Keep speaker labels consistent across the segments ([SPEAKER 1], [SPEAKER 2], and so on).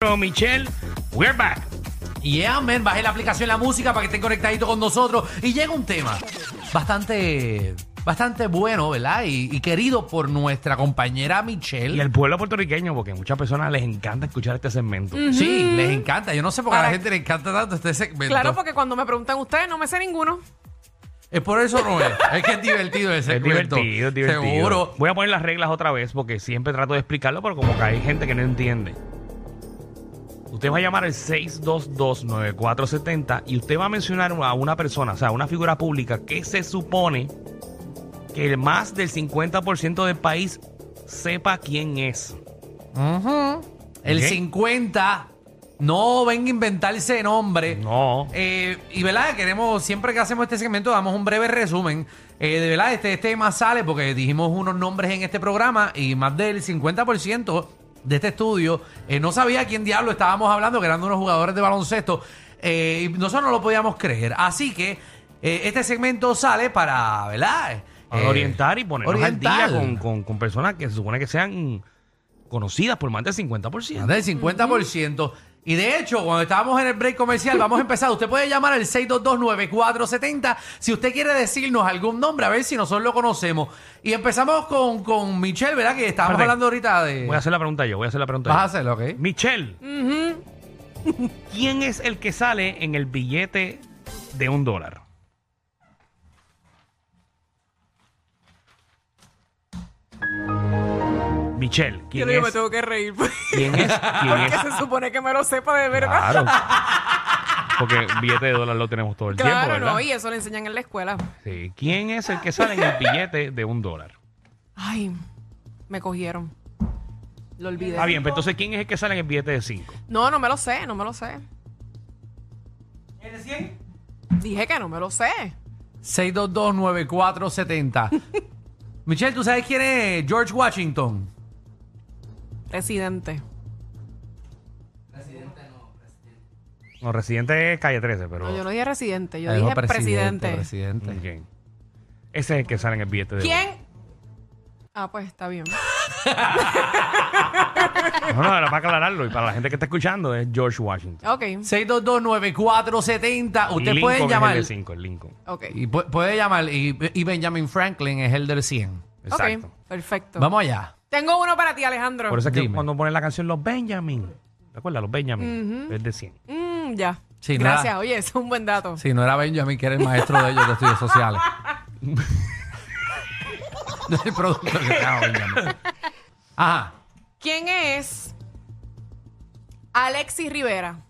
[SPEAKER 1] con Michelle. We're back.
[SPEAKER 2] Yeah, man, bajé la aplicación La Música para que estén conectadito con nosotros. Y llega un tema bastante, bastante bueno, ¿verdad? Y, y querido por nuestra compañera Michelle.
[SPEAKER 1] Y el pueblo puertorriqueño, porque a muchas personas les encanta escuchar este segmento.
[SPEAKER 2] Sí, les encanta. Yo no sé por qué a la
[SPEAKER 3] Para-
[SPEAKER 2] gente le encanta tanto este segmento.
[SPEAKER 3] Claro, porque cuando me preguntan ustedes, no me sé ninguno.
[SPEAKER 2] Es por eso, Robert. Es que es divertido el
[SPEAKER 1] Es
[SPEAKER 2] segmento.
[SPEAKER 1] divertido, es divertido.
[SPEAKER 2] Seguro.
[SPEAKER 1] Voy a poner las reglas otra vez porque siempre trato de explicarlo, pero como que hay gente que no entiende. Usted va a llamar al 622-9470 y usted va a mencionar a una persona, o sea, una figura pública que se supone que el más del 50% del país sepa quién es.
[SPEAKER 2] El
[SPEAKER 1] Ok.
[SPEAKER 2] 50. No venga a inventarse nombre.
[SPEAKER 1] No.
[SPEAKER 2] Eh, y verdad, queremos, siempre que hacemos este segmento, damos un breve resumen. Eh, de verdad, este, este tema sale porque dijimos unos nombres en este programa y más del 50% de este estudio eh, no sabía quién diablo estábamos hablando, que eran unos jugadores de baloncesto. eh, y nosotros no lo podíamos creer. Así que eh, este segmento sale para, ¿verdad?
[SPEAKER 1] Para
[SPEAKER 2] Eh,
[SPEAKER 1] orientar y ponernos al
[SPEAKER 2] orientar.
[SPEAKER 1] día con, con- con personas que se supone que sean conocidas por más del 50%.
[SPEAKER 2] Más Del 50%. Y de hecho, cuando estábamos en el break comercial, vamos a empezar. Usted puede llamar al 6229470 si usted quiere decirnos algún nombre, a ver si nosotros lo conocemos. Y empezamos con, con Michelle, ¿verdad? Que estábamos
[SPEAKER 1] Espérate.
[SPEAKER 2] hablando ahorita de...
[SPEAKER 1] Voy a hacer la pregunta yo, voy a hacer la pregunta
[SPEAKER 2] Vas a
[SPEAKER 1] yo.
[SPEAKER 2] hacerlo, ¿ok?
[SPEAKER 1] Michelle, ¿quién es el que sale en el billete de un dólar? Michelle,
[SPEAKER 3] Yo
[SPEAKER 1] ¿quién
[SPEAKER 3] digo, me
[SPEAKER 1] es?
[SPEAKER 3] tengo que reír. Porque
[SPEAKER 1] ¿Quién es? ¿Quién es?
[SPEAKER 3] se supone que me lo sepa de verdad.
[SPEAKER 1] Claro. Porque billete de dólar lo tenemos todo el tiempo,
[SPEAKER 3] Claro,
[SPEAKER 1] ¿verdad?
[SPEAKER 3] no, y eso lo enseñan en la escuela.
[SPEAKER 1] Sí. ¿Quién es el que sale en el billete de un dólar?
[SPEAKER 3] Ay, me cogieron. Lo olvidé.
[SPEAKER 1] Ah, bien, pero entonces, ¿quién es el que sale en el billete de 5?
[SPEAKER 3] No, no me lo sé, no me lo sé. Dije que no me lo sé.
[SPEAKER 2] 6229470. Michelle, ¿tú sabes quién es George Washington?
[SPEAKER 3] Residente.
[SPEAKER 1] No, residente es calle 13, pero.
[SPEAKER 3] No, yo no dije residente, yo
[SPEAKER 2] Ah,
[SPEAKER 3] dije
[SPEAKER 2] no,
[SPEAKER 3] presidente.
[SPEAKER 2] presidente.
[SPEAKER 1] Ok. Ese es el que sale en el billete de
[SPEAKER 3] ¿Quién? Ah, pues está bien.
[SPEAKER 1] No, no, era para aclararlo. Y para la gente que está escuchando, es George Washington.
[SPEAKER 3] Ok,
[SPEAKER 2] 6229470.
[SPEAKER 1] Y
[SPEAKER 2] Usted
[SPEAKER 1] Lincoln
[SPEAKER 2] puede
[SPEAKER 1] es
[SPEAKER 2] llamar.
[SPEAKER 1] el de 5, el Lincoln.
[SPEAKER 3] ok.
[SPEAKER 2] Y pu- puede llamar. Y, y Benjamin Franklin es el del 100.
[SPEAKER 1] Exacto.
[SPEAKER 3] Ok, perfecto.
[SPEAKER 2] Vamos allá.
[SPEAKER 3] Tengo uno para ti, Alejandro.
[SPEAKER 1] Por eso es que
[SPEAKER 2] Dime.
[SPEAKER 1] cuando ponen la canción Los Benjamin, ¿recuerdas? Los Benjamin, es de 100.
[SPEAKER 3] Mm, ya.
[SPEAKER 2] Sí,
[SPEAKER 3] Gracias,
[SPEAKER 2] nada.
[SPEAKER 3] oye, eso es un buen dato.
[SPEAKER 2] Si no era Benjamin, que era el maestro de ellos de estudios sociales. No es el producto que trajo Benjamin. Ajá.
[SPEAKER 3] ¿Quién es Alexis Rivera?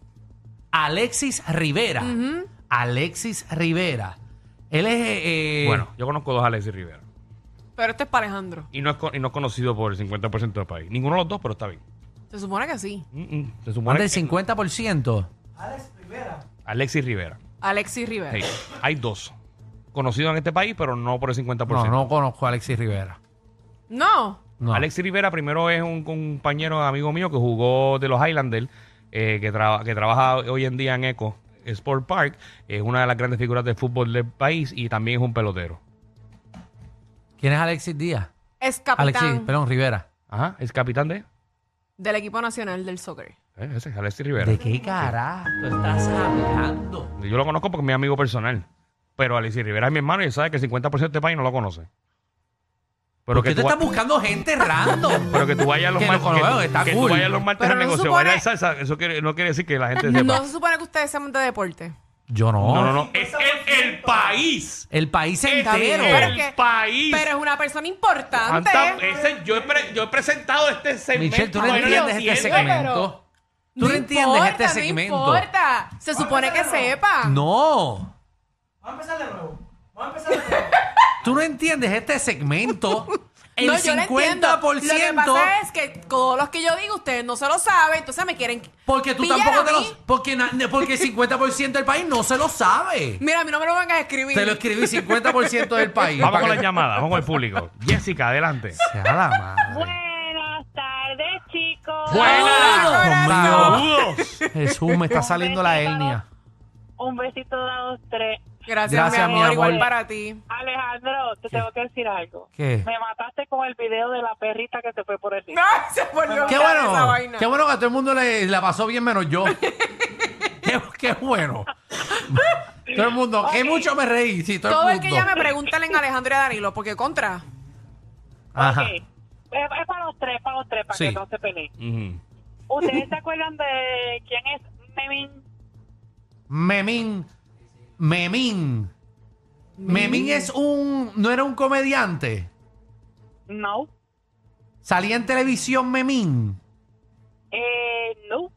[SPEAKER 2] Alexis Rivera. Alexis Rivera. Él es. eh, eh,
[SPEAKER 1] Bueno, yo conozco dos Alexis Rivera.
[SPEAKER 3] Pero este es para Alejandro.
[SPEAKER 1] Y no, es, co- y no es conocido por el 50% del país. Ninguno de los dos, pero está bien.
[SPEAKER 3] Se supone que sí.
[SPEAKER 1] Mm, mm. Se
[SPEAKER 2] más
[SPEAKER 1] supone
[SPEAKER 2] del
[SPEAKER 1] que
[SPEAKER 2] 50%.
[SPEAKER 1] Alexis Rivera.
[SPEAKER 3] Alexis Rivera.
[SPEAKER 1] Hey, hay dos. Conocidos en este país, pero no por el 50%.
[SPEAKER 2] No, no conozco a Alexis Rivera.
[SPEAKER 3] No.
[SPEAKER 2] No.
[SPEAKER 1] Alexis Rivera primero es un compañero amigo mío que jugó de los Highlanders, eh, que, traba- que trabaja hoy en día en Eco Sport Park. Es una de las grandes figuras del fútbol del país y también es un pelotero.
[SPEAKER 2] ¿Quién es Alexis Díaz?
[SPEAKER 3] Es capitán
[SPEAKER 2] Alexis, perdón, Rivera.
[SPEAKER 1] Ajá, es capitán de...
[SPEAKER 3] del equipo nacional del soccer.
[SPEAKER 1] eh, ese es Alexis Rivera.
[SPEAKER 2] ¿De qué carajo estás hablando?
[SPEAKER 1] Yo lo conozco porque es mi amigo personal. Pero Alexis Rivera es mi hermano y él sabe que el 50% de este país no lo conoce. Pero
[SPEAKER 2] ¿Por
[SPEAKER 1] que,
[SPEAKER 2] qué te
[SPEAKER 1] tú,
[SPEAKER 2] estás
[SPEAKER 1] va-
[SPEAKER 2] buscando gente random?
[SPEAKER 1] pero que tú vayas los
[SPEAKER 2] Que lo
[SPEAKER 1] martes, que,
[SPEAKER 2] conozco,
[SPEAKER 1] tú-
[SPEAKER 2] está
[SPEAKER 1] que tú
[SPEAKER 2] cool.
[SPEAKER 1] vayas los martes
[SPEAKER 3] Pero
[SPEAKER 1] al
[SPEAKER 3] no
[SPEAKER 1] negocio,
[SPEAKER 3] supone-
[SPEAKER 1] bailar salsa, eso quiere- no quiere decir que
[SPEAKER 2] Este
[SPEAKER 1] la gente sepa.
[SPEAKER 3] No se supone que ustedes sean de deporte.
[SPEAKER 2] Yo no.
[SPEAKER 1] no, no, no. Es el- el país.
[SPEAKER 2] El país
[SPEAKER 1] Está bien,
[SPEAKER 2] entero.
[SPEAKER 3] Pero
[SPEAKER 1] el
[SPEAKER 3] es que-
[SPEAKER 1] país.
[SPEAKER 3] Pero es una persona importante.
[SPEAKER 2] eh,
[SPEAKER 1] Anta- ese- yo, he pre- yo he presentado este segmento.
[SPEAKER 2] Michelle, tú no
[SPEAKER 1] Ay,
[SPEAKER 2] entiendes
[SPEAKER 1] lo
[SPEAKER 2] este
[SPEAKER 1] siento.
[SPEAKER 2] segmento. Tú no, entiendes
[SPEAKER 3] importa,
[SPEAKER 2] este segmento.
[SPEAKER 3] No importa. Se supone que sepa.
[SPEAKER 2] No.
[SPEAKER 4] Vamos a empezar de nuevo. Vamos a empezar de nuevo.
[SPEAKER 2] Tú no entiendes este segmento. El
[SPEAKER 3] No, yo lo entiendo.
[SPEAKER 2] 50%.
[SPEAKER 3] Lo que pasa es que todos los que yo digo, ustedes no se lo saben, entonces me quieren.
[SPEAKER 2] porque tú
[SPEAKER 3] pillar
[SPEAKER 2] tampoco
[SPEAKER 3] a
[SPEAKER 2] te lo
[SPEAKER 3] mí.
[SPEAKER 2] porque na- porque el 50% del país no se lo sabe.
[SPEAKER 3] Mira, a mí no me lo van a escribir.
[SPEAKER 2] Te lo escribí 50% del país.
[SPEAKER 1] Vamos
[SPEAKER 2] Para
[SPEAKER 1] con
[SPEAKER 2] que-
[SPEAKER 1] la llamada, vamos con el público. Jessica, adelante.
[SPEAKER 2] Sea la madre.
[SPEAKER 5] Buenas tardes, chicos.
[SPEAKER 2] Dios mío.
[SPEAKER 1] Saludos.
[SPEAKER 2] Jesús, me está saliendo la hernia.
[SPEAKER 5] Un besito a los tres.
[SPEAKER 3] Gracias, mi amor. Igual para ti.
[SPEAKER 5] Alejandro, te tengo que decir algo.
[SPEAKER 2] ¿Qué?
[SPEAKER 5] Me mataste con el video de la perrita que te fue por el
[SPEAKER 3] No, se volvió
[SPEAKER 2] Qué
[SPEAKER 3] viral esa
[SPEAKER 2] bueno.
[SPEAKER 3] vaina.
[SPEAKER 2] Qué bueno que a todo el mundo le la pasó bien menos yo. qué, qué bueno. todo el mundo, que
[SPEAKER 5] Ok.
[SPEAKER 2] mucho me reí. Sí, todo,
[SPEAKER 3] Todo
[SPEAKER 2] el
[SPEAKER 3] el
[SPEAKER 2] mundo.
[SPEAKER 3] que llame, pregúntale en Alejandro y a Danilo, porque contra.
[SPEAKER 2] Ajá.
[SPEAKER 5] Ok. Es, es para los tres, para los tres, para
[SPEAKER 2] Sí.
[SPEAKER 5] que no se peleen.
[SPEAKER 1] Ujú.
[SPEAKER 5] ¿Ustedes se acuerdan de quién es Memín?
[SPEAKER 2] Memín. Memín. Memín es un. No era un comediante.
[SPEAKER 5] No.
[SPEAKER 2] Salía en televisión Memín.
[SPEAKER 5] Eh, no.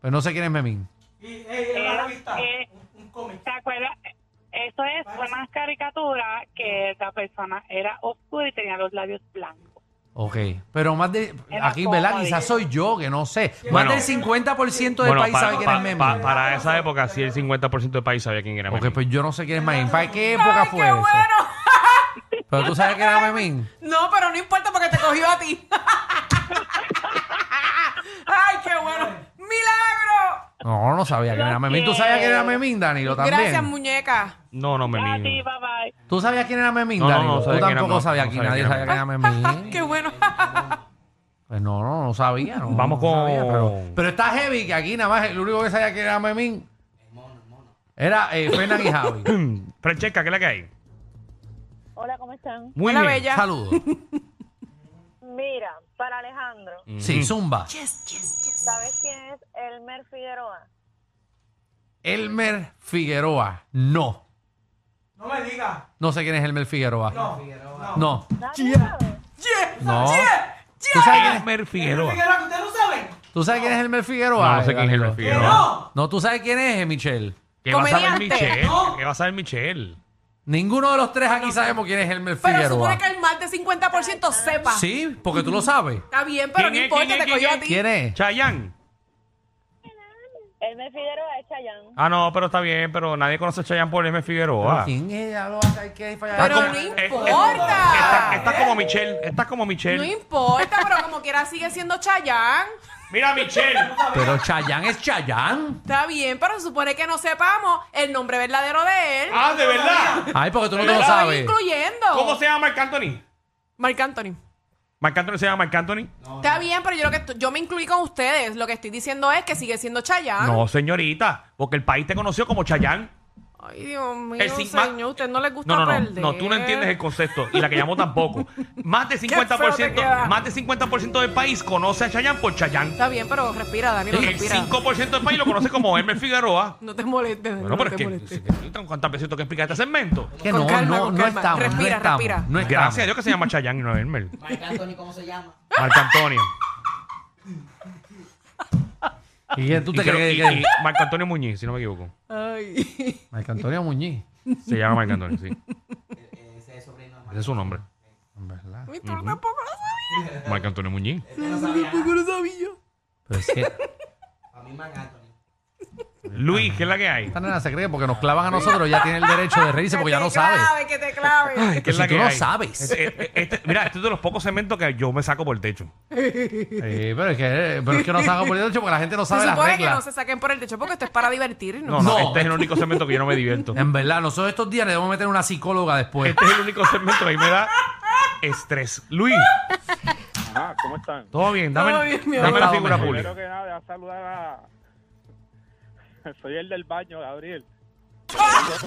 [SPEAKER 2] Pero no sé quién es Memín.
[SPEAKER 4] Y, ey, era una revista,
[SPEAKER 5] eh,
[SPEAKER 4] un, un cómic.
[SPEAKER 5] ¿Se acuerdan? Eso es una caricatura que la persona era oscura y tenía los labios blancos.
[SPEAKER 2] Ok. Pero más de.
[SPEAKER 5] Era
[SPEAKER 2] Aquí, ¿verdad?
[SPEAKER 5] como
[SPEAKER 2] Quizás
[SPEAKER 5] de-
[SPEAKER 2] soy yo, que no sé.
[SPEAKER 1] Bueno.
[SPEAKER 2] más del 50% del
[SPEAKER 1] Bueno,
[SPEAKER 2] país
[SPEAKER 1] pa-
[SPEAKER 2] sabe quién
[SPEAKER 1] pa-
[SPEAKER 2] es Memín.
[SPEAKER 1] pa- para esa época, sí, el 50% del país sabía quién era
[SPEAKER 2] Ok,
[SPEAKER 1] Memín.
[SPEAKER 2] pues yo no sé quién es Memín. ¿Para qué época
[SPEAKER 3] ¡Ay,
[SPEAKER 2] fue
[SPEAKER 3] qué
[SPEAKER 2] eso?
[SPEAKER 3] bueno!
[SPEAKER 2] Pero tú sabes quién era Memín.
[SPEAKER 3] No, pero no importa porque te cogió a ti. ¡Ay, qué bueno! ¡Milagro!
[SPEAKER 2] No, no sabía quién era Memín. ¿Tú sabías quién era Memín, Danilo? También.
[SPEAKER 3] Gracias, muñeca.
[SPEAKER 1] No, no,
[SPEAKER 5] A ti,
[SPEAKER 1] Memín.
[SPEAKER 5] bye bye.
[SPEAKER 2] ¿Tú sabías quién era Memín,
[SPEAKER 1] No, no,
[SPEAKER 2] Danilo?
[SPEAKER 1] no sabía
[SPEAKER 2] Tú
[SPEAKER 1] quién era,
[SPEAKER 2] tampoco
[SPEAKER 1] no,
[SPEAKER 2] sabías
[SPEAKER 1] no
[SPEAKER 2] quién.
[SPEAKER 1] sabía
[SPEAKER 2] Nadie
[SPEAKER 1] quién
[SPEAKER 2] sabía
[SPEAKER 1] era
[SPEAKER 2] quién era Memín.
[SPEAKER 3] ¡Qué bueno!
[SPEAKER 2] Pues no, no, no sabía. no,
[SPEAKER 1] Vamos
[SPEAKER 2] no
[SPEAKER 1] con-
[SPEAKER 2] sabía, pero, pero está heavy que aquí nada más el único que sabía que era Memín era eh, Fernan y Javi.
[SPEAKER 1] Francesca, ¿qué es la que hay?
[SPEAKER 5] Hola, ¿cómo están?
[SPEAKER 1] Muy
[SPEAKER 3] Hola,
[SPEAKER 1] bien.
[SPEAKER 3] bella. Ya.
[SPEAKER 2] Saludos.
[SPEAKER 5] Mira, para Alejandro,
[SPEAKER 1] Ujú.
[SPEAKER 2] Sí, Zumba.
[SPEAKER 5] ¿sabes quién es Elmer Figueroa?
[SPEAKER 2] Elmer Figueroa. No.
[SPEAKER 4] No me digas.
[SPEAKER 2] No sé quién es Elmer Figueroa.
[SPEAKER 4] No.
[SPEAKER 2] No.
[SPEAKER 5] Yeah.
[SPEAKER 3] Yeah,
[SPEAKER 2] No.
[SPEAKER 3] yeah.
[SPEAKER 2] ¿Tú sabes quién es,
[SPEAKER 1] Elmer
[SPEAKER 4] Figueroa.
[SPEAKER 1] Figueroa.
[SPEAKER 4] Figueroa, que ustedes no saben.
[SPEAKER 2] tú sabes quién es Elmer Figueroa?
[SPEAKER 1] No, no
[SPEAKER 2] Eh,
[SPEAKER 1] sé quién es Elmer
[SPEAKER 2] Danilo?
[SPEAKER 4] Que
[SPEAKER 1] Figueroa.
[SPEAKER 4] no.
[SPEAKER 2] No, tú sabes quién es, eh, Michelle.
[SPEAKER 1] ¿Qué va a saber
[SPEAKER 3] Comediante.
[SPEAKER 1] Michelle?
[SPEAKER 4] No.
[SPEAKER 1] ¿Qué va a saber Michelle?
[SPEAKER 2] Ninguno de los tres aquí sabemos quién es Elmer
[SPEAKER 3] Pero
[SPEAKER 2] Figueroa.
[SPEAKER 3] supone que el más de 50% sepa.
[SPEAKER 2] Sí, porque tú lo sabes.
[SPEAKER 3] Está bien, pero
[SPEAKER 1] ¿Quién
[SPEAKER 3] no
[SPEAKER 1] es?
[SPEAKER 3] importa,
[SPEAKER 1] ¿Quién es?
[SPEAKER 3] te cogió
[SPEAKER 1] ¿Quién
[SPEAKER 3] a ti.
[SPEAKER 2] ¿Quién es?
[SPEAKER 1] Chayanne.
[SPEAKER 5] Elmer Figueroa es Chayanne.
[SPEAKER 1] Ah, no, pero está bien, pero nadie conoce a Chayanne por Elmer
[SPEAKER 2] ¿Pero
[SPEAKER 1] Figueroa.
[SPEAKER 2] ¿Quién es? Ya lo vas a- hay que fallar.
[SPEAKER 3] Pero
[SPEAKER 1] como-
[SPEAKER 3] no
[SPEAKER 1] eh, eh,
[SPEAKER 3] importa.
[SPEAKER 1] Estás como Michelle, estás como
[SPEAKER 3] No
[SPEAKER 1] Michelle.
[SPEAKER 3] importa, pero como quiera sigue siendo Chayán.
[SPEAKER 1] Mira, Michelle.
[SPEAKER 2] Ah, Pero Chayanne es Chayanne.
[SPEAKER 3] Está bien, pero se supone que no sepamos el nombre verdadero de él.
[SPEAKER 1] Ah, de verdad.
[SPEAKER 2] Ay, porque tú no
[SPEAKER 3] Yo
[SPEAKER 2] te lo
[SPEAKER 3] estoy
[SPEAKER 2] sabes.
[SPEAKER 3] incluyendo.
[SPEAKER 1] ¿Cómo se llama Marc Anthony?
[SPEAKER 3] Marc Anthony.
[SPEAKER 1] ¿Marc Anthony se llama Marc Anthony?
[SPEAKER 3] Está bien, pero yo lo que yo me incluí con ustedes. Lo que estoy diciendo es que sigue siendo Chayanne.
[SPEAKER 1] No, señorita, porque el país te conoció como Chayanne.
[SPEAKER 3] Ay, Dios mío,
[SPEAKER 1] El sin-
[SPEAKER 3] señor, a usted no les gusta
[SPEAKER 1] No, no, no,
[SPEAKER 3] perder.
[SPEAKER 1] no, tú no entiendes el concepto y la que llamó tampoco. Más de
[SPEAKER 3] feo te
[SPEAKER 1] 50%,
[SPEAKER 3] queda.
[SPEAKER 1] más de 50% del país conoce a Chayanne por Chayanne.
[SPEAKER 3] Está bien, pero respira, Danilo,
[SPEAKER 1] El
[SPEAKER 3] respira.
[SPEAKER 1] 5% del país lo conoce como Elmer Figueroa.
[SPEAKER 3] No te molestes, Danilo,
[SPEAKER 1] Bueno, pero
[SPEAKER 3] no
[SPEAKER 1] es
[SPEAKER 3] te
[SPEAKER 1] que
[SPEAKER 3] molestes.
[SPEAKER 1] sí, tengo cuántas veces tengo que explicar este segmento.
[SPEAKER 2] Que
[SPEAKER 3] Con
[SPEAKER 2] no,
[SPEAKER 3] calma,
[SPEAKER 2] no,
[SPEAKER 3] con
[SPEAKER 2] no
[SPEAKER 3] calma.
[SPEAKER 2] estamos.
[SPEAKER 3] Respira,
[SPEAKER 2] no estamos,
[SPEAKER 3] respira.
[SPEAKER 2] No estamos.
[SPEAKER 1] Gracias a Dios que se llama Chayanne y no Elmer.
[SPEAKER 6] Marc Anthony, ¿cómo se llama?
[SPEAKER 1] Marc Antonio.
[SPEAKER 2] ¿Y quién tú
[SPEAKER 1] Y
[SPEAKER 2] te
[SPEAKER 1] creo-
[SPEAKER 2] crees
[SPEAKER 1] y-
[SPEAKER 2] que- que-
[SPEAKER 1] y Marc Antonio Muñiz, si no me equivoco.
[SPEAKER 3] Ay.
[SPEAKER 2] Marc Antonio Muñiz.
[SPEAKER 1] Se llama Marc Antonio, sí.
[SPEAKER 6] Ese es sobrino.
[SPEAKER 1] Ese es su nombre.
[SPEAKER 2] En verdad.
[SPEAKER 3] Ay, tú tampoco lo sabías.
[SPEAKER 1] Marc Antonio Muñiz.
[SPEAKER 6] no sabía
[SPEAKER 3] Tampoco lo sabía.
[SPEAKER 2] Pero es que esta
[SPEAKER 6] Para mí Marc Anthony.
[SPEAKER 1] Luis, ¿qué es la que hay?
[SPEAKER 2] nena se cree porque nos clavan a nosotros. Ya tiene el derecho de reírse
[SPEAKER 1] pues
[SPEAKER 2] porque ya no sabe.
[SPEAKER 3] Que te clave, que te clave.
[SPEAKER 1] ¿Qué es
[SPEAKER 2] si
[SPEAKER 1] la
[SPEAKER 2] tú
[SPEAKER 1] que
[SPEAKER 2] no
[SPEAKER 1] hay?
[SPEAKER 2] sabes.
[SPEAKER 1] Eh, eh, este- mira, este es de los pocos segmentos que yo me saco por el techo.
[SPEAKER 2] Sí, pero es que, pero es que no salgan por el derecho porque la gente no
[SPEAKER 3] Se
[SPEAKER 2] sabe las
[SPEAKER 3] supone que no
[SPEAKER 2] reglas.
[SPEAKER 3] se saquen por el techo porque esto es para
[SPEAKER 1] No,
[SPEAKER 3] divertirnos.
[SPEAKER 1] no,
[SPEAKER 2] No.
[SPEAKER 1] este es el único segmento que yo no me divierto.
[SPEAKER 2] En verdad, nosotros estos días le debemos meter una psicóloga después.
[SPEAKER 1] Este es el único segmento que a mí me da estrés. Luis,
[SPEAKER 7] Ajá, Ah, ¿cómo están?
[SPEAKER 1] todo bien, dame,
[SPEAKER 3] Todo bien, mi
[SPEAKER 1] dame
[SPEAKER 2] amor.
[SPEAKER 1] la figura
[SPEAKER 2] Estamos
[SPEAKER 1] pública.
[SPEAKER 7] Primero que nada, voy a saludar a... Soy el del baño, Gabriel. Tengo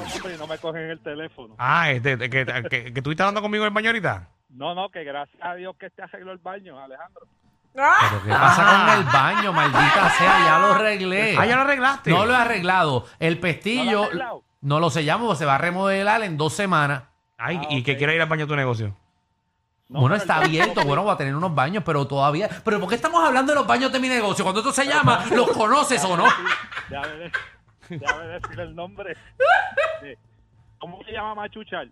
[SPEAKER 7] otro nombre Y no me cogen el teléfono.
[SPEAKER 1] Ah, este, que, que, que, que estuviste hablando conmigo en el baño ahorita.
[SPEAKER 7] No, no, que gracias a Dios que te arregló el baño, Alejandro.
[SPEAKER 3] Ah,
[SPEAKER 2] Pero ¿qué pasa
[SPEAKER 1] Ah.
[SPEAKER 2] con el baño? Maldita sea, ya lo arreglé.
[SPEAKER 1] Ah, ya lo arreglaste.
[SPEAKER 2] No lo he arreglado. El
[SPEAKER 7] ¿No lo
[SPEAKER 2] pestillo
[SPEAKER 7] has arreglado?
[SPEAKER 2] no lo sellamos, se va a remodelar en dos semanas.
[SPEAKER 1] Ay,
[SPEAKER 7] Ah,
[SPEAKER 1] y que
[SPEAKER 7] ok.
[SPEAKER 1] quiera ir al baño a tu negocio.
[SPEAKER 7] No,
[SPEAKER 2] bueno,
[SPEAKER 7] pero
[SPEAKER 2] está
[SPEAKER 7] el baño-
[SPEAKER 2] abierto, bueno, va a tener unos baños, pero todavía. Pero ¿por qué estamos hablando de los baños de mi negocio? Cuando esto se llama, ¿los conoces o no?
[SPEAKER 7] Ya veré, ya veré decir el nombre. Sí. ¿Cómo se llama Machuchal?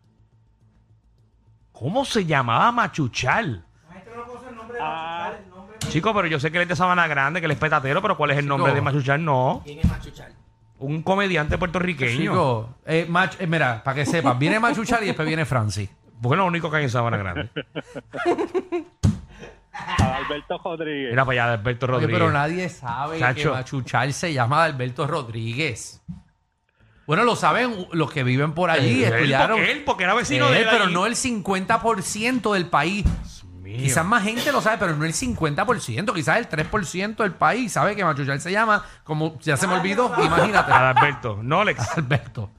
[SPEAKER 1] ¿Cómo se llamaba Machuchal?
[SPEAKER 4] La gente no conoce el nombre
[SPEAKER 7] Ah.
[SPEAKER 4] de el nombre de
[SPEAKER 1] Chico, pero yo sé que él es de Sabana Grande, que él es petatero, pero ¿cuál es el nombre de Machuchal? No.
[SPEAKER 6] ¿Quién es Machuchal?
[SPEAKER 1] Un comediante puertorriqueño.
[SPEAKER 2] Chico, eh, Mach- eh, mira, para que sepas, viene Machuchal y después viene Francis.
[SPEAKER 1] Porque es lo único que hay en Sabana Grande.
[SPEAKER 7] Alberto Rodríguez.
[SPEAKER 1] Mira para allá, Alberto
[SPEAKER 2] Oye,
[SPEAKER 1] Rodríguez.
[SPEAKER 2] pero nadie sabe
[SPEAKER 1] Chacho.
[SPEAKER 2] que Machuchal se llama Alberto Rodríguez. Bueno, lo saben los que viven por allí,
[SPEAKER 1] él,
[SPEAKER 2] estudiaron.
[SPEAKER 1] porque, él, porque era vecino
[SPEAKER 2] Él,
[SPEAKER 1] de él.
[SPEAKER 2] Eh, pero
[SPEAKER 1] allí.
[SPEAKER 2] no el 50% del país.
[SPEAKER 1] Dios mío.
[SPEAKER 2] Quizás más gente lo sabe, pero no el 50%, quizás el 3% del país sabe que Machuchal se llama, como ya se me olvidó,
[SPEAKER 1] Ah,
[SPEAKER 2] imagínate.
[SPEAKER 1] Adalberto. No, Alex.
[SPEAKER 2] Alberto.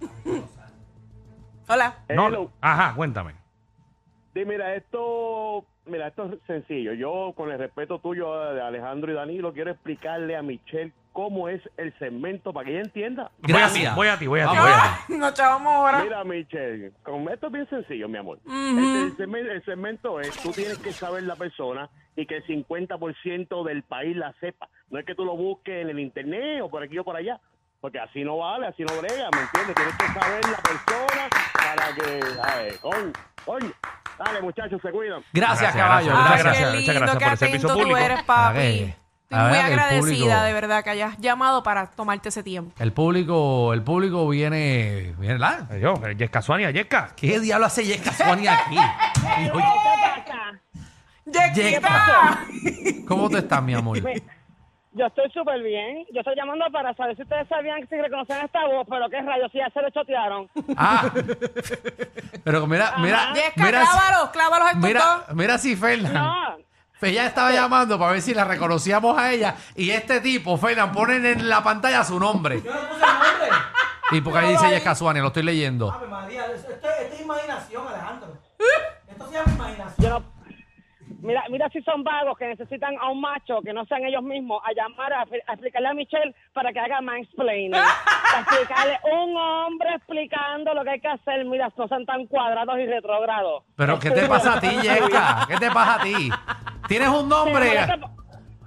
[SPEAKER 3] Hola.
[SPEAKER 1] No,
[SPEAKER 7] Hello.
[SPEAKER 1] ajá, cuéntame.
[SPEAKER 7] Sí, mira, esto, mira, esto es sencillo. Yo, con el respeto tuyo de Alejandro y Danilo, quiero explicarle a Michelle cómo es el segmento para que ella entienda.
[SPEAKER 2] Gracias.
[SPEAKER 1] Voy a ti, voy a ti, voy a ti. voy
[SPEAKER 2] Vamos.
[SPEAKER 1] a ti.
[SPEAKER 3] Ah, Nos chavamos ahora.
[SPEAKER 7] Mira, Michelle, con esto es bien sencillo, mi amor.
[SPEAKER 3] Ujú.
[SPEAKER 7] el, segmento, el segmento es, tú tienes que saber la persona y que el 50% del país la sepa. No es que tú lo busques en el internet o por aquí o por allá, porque así no vale, así no brega, ¿me entiendes? Tienes que saber la persona para que, a ver, con, oye, dale muchachos, se cuidan.
[SPEAKER 2] Gracias,
[SPEAKER 1] Gracias,
[SPEAKER 2] caballo.
[SPEAKER 1] Muchas
[SPEAKER 3] Ay,
[SPEAKER 2] Gracias.
[SPEAKER 1] gracias,
[SPEAKER 3] Ah, qué
[SPEAKER 1] muchas gracias
[SPEAKER 3] lindo, qué
[SPEAKER 1] por el servicio
[SPEAKER 3] atento tú
[SPEAKER 1] público.
[SPEAKER 3] eres,
[SPEAKER 2] A
[SPEAKER 3] papi.
[SPEAKER 2] ver,
[SPEAKER 3] Estoy
[SPEAKER 2] a
[SPEAKER 3] muy
[SPEAKER 2] ver, el público.
[SPEAKER 3] agradecida, de verdad, que hayas llamado para tomarte ese tiempo.
[SPEAKER 2] El público, el público viene, viene la.
[SPEAKER 1] Ay, Yo, eh, Yesca Suania, Yesca.
[SPEAKER 2] ¿Qué diablo hace Yesca Suani aquí? Y, oye,
[SPEAKER 3] ¡Yequita!
[SPEAKER 2] ¿Cómo tú estás, mi amor?
[SPEAKER 8] Yo estoy súper bien. Yo estoy llamando para saber si ustedes sabían si reconocen esta voz, pero qué rayos, si ya se lo chotearon.
[SPEAKER 2] Ah. Pero mira, mira,
[SPEAKER 3] Yesca,
[SPEAKER 2] mira,
[SPEAKER 3] clávalos, clávalos estos
[SPEAKER 2] mira,
[SPEAKER 3] dos.
[SPEAKER 2] mira si Fernan.
[SPEAKER 8] No,
[SPEAKER 2] Ella Pues estaba llamando para ver si la reconocíamos a ella. Y este tipo, Fernan, ponen en la pantalla su nombre.
[SPEAKER 4] Yo no puse el nombre.
[SPEAKER 2] Y porque ahí dice Yesca Suani, lo estoy leyendo.
[SPEAKER 4] Ave María, esto, esto es imaginación, Alejandro. Esto se llama imaginación.
[SPEAKER 8] yo no. Mira, mira si son vagos que necesitan a un macho que no sean ellos mismos a llamar a, a explicarle a Michelle para que haga mansplaining. A explicarle un hombre explicando lo que hay que hacer. Mira, no sean tan cuadrados y retrógrados.
[SPEAKER 2] Pero, ¿qué te pasa a ti, Yesca? ¿Qué te pasa a ti? ¿Tienes un nombre?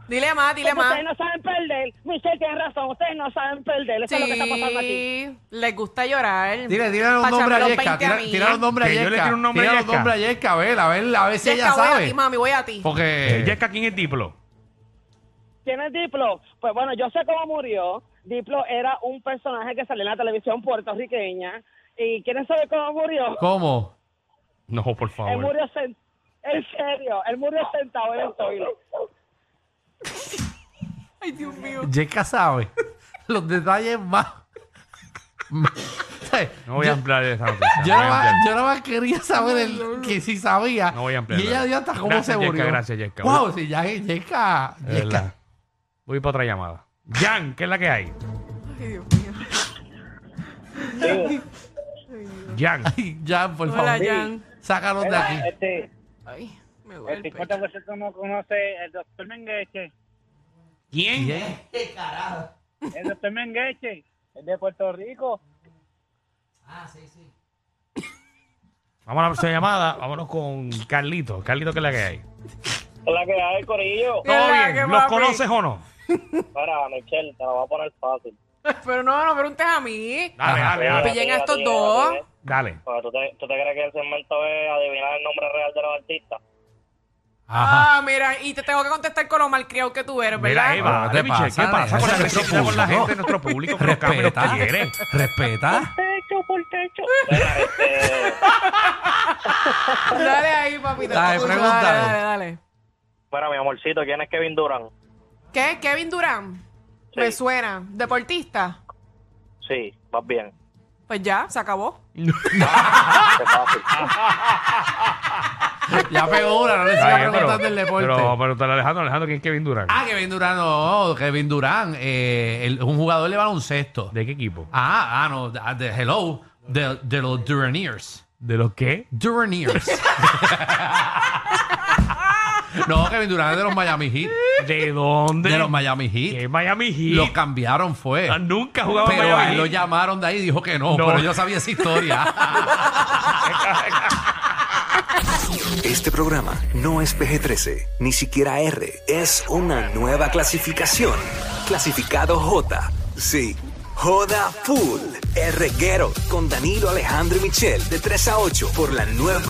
[SPEAKER 3] Dile más, dile más.
[SPEAKER 8] Ustedes no saben perder. Michelle tiene razón, ustedes no saben perder. Eso es lo que está pasando aquí.
[SPEAKER 3] Sí, les gusta llorar.
[SPEAKER 2] Dile, tírale un nombre a Yesca. Tira, tírale un nombre a
[SPEAKER 1] Que yo le
[SPEAKER 2] Yesca.
[SPEAKER 1] tiro un nombre a
[SPEAKER 2] Tírale
[SPEAKER 1] Yesca.
[SPEAKER 2] nombre a Yesca, a ver, a ver, a ver si ella
[SPEAKER 3] voy a ti,
[SPEAKER 2] sabe. Oh.
[SPEAKER 3] mami, voy a ti.
[SPEAKER 1] Eh,
[SPEAKER 2] Porque.
[SPEAKER 1] Yesca, ¿quién es Diplo?
[SPEAKER 8] ¿Quién es Diplo? Pues bueno, yo sé cómo murió. Diplo era un personaje que salió en la televisión puertorriqueña. ¿Y quieren saber cómo murió?
[SPEAKER 2] ¿Cómo?
[SPEAKER 1] No, por
[SPEAKER 8] Él
[SPEAKER 1] favor.
[SPEAKER 8] murió sen- en serio, él murió sentado en el toile.
[SPEAKER 3] Ay, Dios mío.
[SPEAKER 2] Yesca sabe los detalles más. más-
[SPEAKER 1] No voy a ampliar esa noticia.
[SPEAKER 2] Yo
[SPEAKER 1] no voy a
[SPEAKER 2] nada más,
[SPEAKER 1] ampliar.
[SPEAKER 2] yo nada más quería saber el, que si sabía.
[SPEAKER 1] No voy a ampliar
[SPEAKER 2] Y ella
[SPEAKER 1] nada.
[SPEAKER 2] dio hasta cómo
[SPEAKER 1] Gracias,
[SPEAKER 2] se
[SPEAKER 1] Yesca,
[SPEAKER 2] murió.
[SPEAKER 1] gracias, Yesca.
[SPEAKER 2] Wow, si ya Yesca.
[SPEAKER 1] De verdad.
[SPEAKER 2] Yesca.
[SPEAKER 1] Voy para otra llamada. Jan, ¿qué es la que hay?
[SPEAKER 3] Ay, Dios mío.
[SPEAKER 1] Jan.
[SPEAKER 2] Ay, Jan, por
[SPEAKER 3] Hola,
[SPEAKER 2] favor.
[SPEAKER 3] Jan.
[SPEAKER 2] Sácanos de aquí.
[SPEAKER 5] Este,
[SPEAKER 3] Ay, me duele
[SPEAKER 5] el
[SPEAKER 1] Este,
[SPEAKER 3] el pecho.
[SPEAKER 5] 50% no conoce el doctor Mengeche.
[SPEAKER 1] ¿Quién?
[SPEAKER 2] Yes.
[SPEAKER 6] ¿Qué carajo?
[SPEAKER 5] El doctor Mengeche, el de Puerto Rico.
[SPEAKER 6] Ah, sí, sí.
[SPEAKER 1] Vamos a la próxima llamada. Vámonos con Carlito. Carlito, ¿qué es la que hay?
[SPEAKER 5] Hola, que hay, Corillo?
[SPEAKER 1] Todo
[SPEAKER 3] Hola, ¿qué
[SPEAKER 1] bien. ¿Los
[SPEAKER 3] papi?
[SPEAKER 1] conoces o no?
[SPEAKER 5] Para, Michelle, te lo voy a poner fácil.
[SPEAKER 3] Pero no, no preguntes a mí.
[SPEAKER 1] Dale,
[SPEAKER 2] Ajá.
[SPEAKER 1] dale, dale.
[SPEAKER 3] Pillen a estos dos.
[SPEAKER 1] Dale.
[SPEAKER 5] Porque ¿tú, te, ¿Tú te crees que el segmento es adivinar el nombre real de los artistas?
[SPEAKER 2] Ajá.
[SPEAKER 3] Ah, mira, y te tengo que contestar con lo malcriado que tú eres,
[SPEAKER 1] Mira, eh. Eva,
[SPEAKER 3] ¿verdad?
[SPEAKER 2] Ah,
[SPEAKER 1] dale,
[SPEAKER 2] ¿qué
[SPEAKER 1] Michelle,
[SPEAKER 2] pasa?
[SPEAKER 1] ¿qué pasa con la
[SPEAKER 2] Ese es nuestro
[SPEAKER 1] agresividad con la
[SPEAKER 2] público.
[SPEAKER 1] gente, nuestro público? Pero Carmen los
[SPEAKER 2] Respeta.
[SPEAKER 1] quiere.
[SPEAKER 2] Respeta.
[SPEAKER 8] Pecho por techo.
[SPEAKER 5] Mira, este,
[SPEAKER 3] Dale ahí, papito.
[SPEAKER 2] Dale, pregúntale.
[SPEAKER 3] Dale, dale, dale.
[SPEAKER 5] mira, mi amorcito, ¿quién es Kevin Durant?
[SPEAKER 3] ¿Qué? ¿Kevin Durán?
[SPEAKER 5] Sí.
[SPEAKER 3] Me suena. ¿Deportista?
[SPEAKER 5] Sí, vas bien.
[SPEAKER 3] Pues ya, se acabó.
[SPEAKER 1] Ah.
[SPEAKER 5] Qué fácil.
[SPEAKER 2] Ya pegó una, no le sigas
[SPEAKER 1] Está bien,
[SPEAKER 2] preguntando el
[SPEAKER 1] pero,
[SPEAKER 2] deporte.
[SPEAKER 1] pero, pero, pero Alejandro, Alejandro, ¿quién es Kevin Durant?
[SPEAKER 2] Ah, Kevin Durán, no, Kevin Durán, eh, el- un jugador de baloncesto.
[SPEAKER 1] ¿De qué equipo?
[SPEAKER 2] Ah, ah, no, ah, de, hello, de, de los Duraniers.
[SPEAKER 1] ¿De los qué?
[SPEAKER 2] Duraniers. no, Kevin Durán es de los Miami Heat.
[SPEAKER 1] ¿De dónde?
[SPEAKER 2] De los Miami Heat.
[SPEAKER 1] ¿Qué Miami Heat?
[SPEAKER 2] Lo cambiaron fue.
[SPEAKER 1] Ah, Nunca jugaba en
[SPEAKER 2] Pero a él
[SPEAKER 1] Miami
[SPEAKER 2] lo
[SPEAKER 1] Heat.
[SPEAKER 2] llamaron de ahí y dijo que no,
[SPEAKER 1] No.
[SPEAKER 2] pero yo sabía esa historia.
[SPEAKER 9] Este programa no es PG-13, ni siquiera R. Es una nueva clasificación. Clasificado J. Sí. Joda Full. R. Guerrero con Danilo Alejandro y Michel de 3 a 8 por la nueva.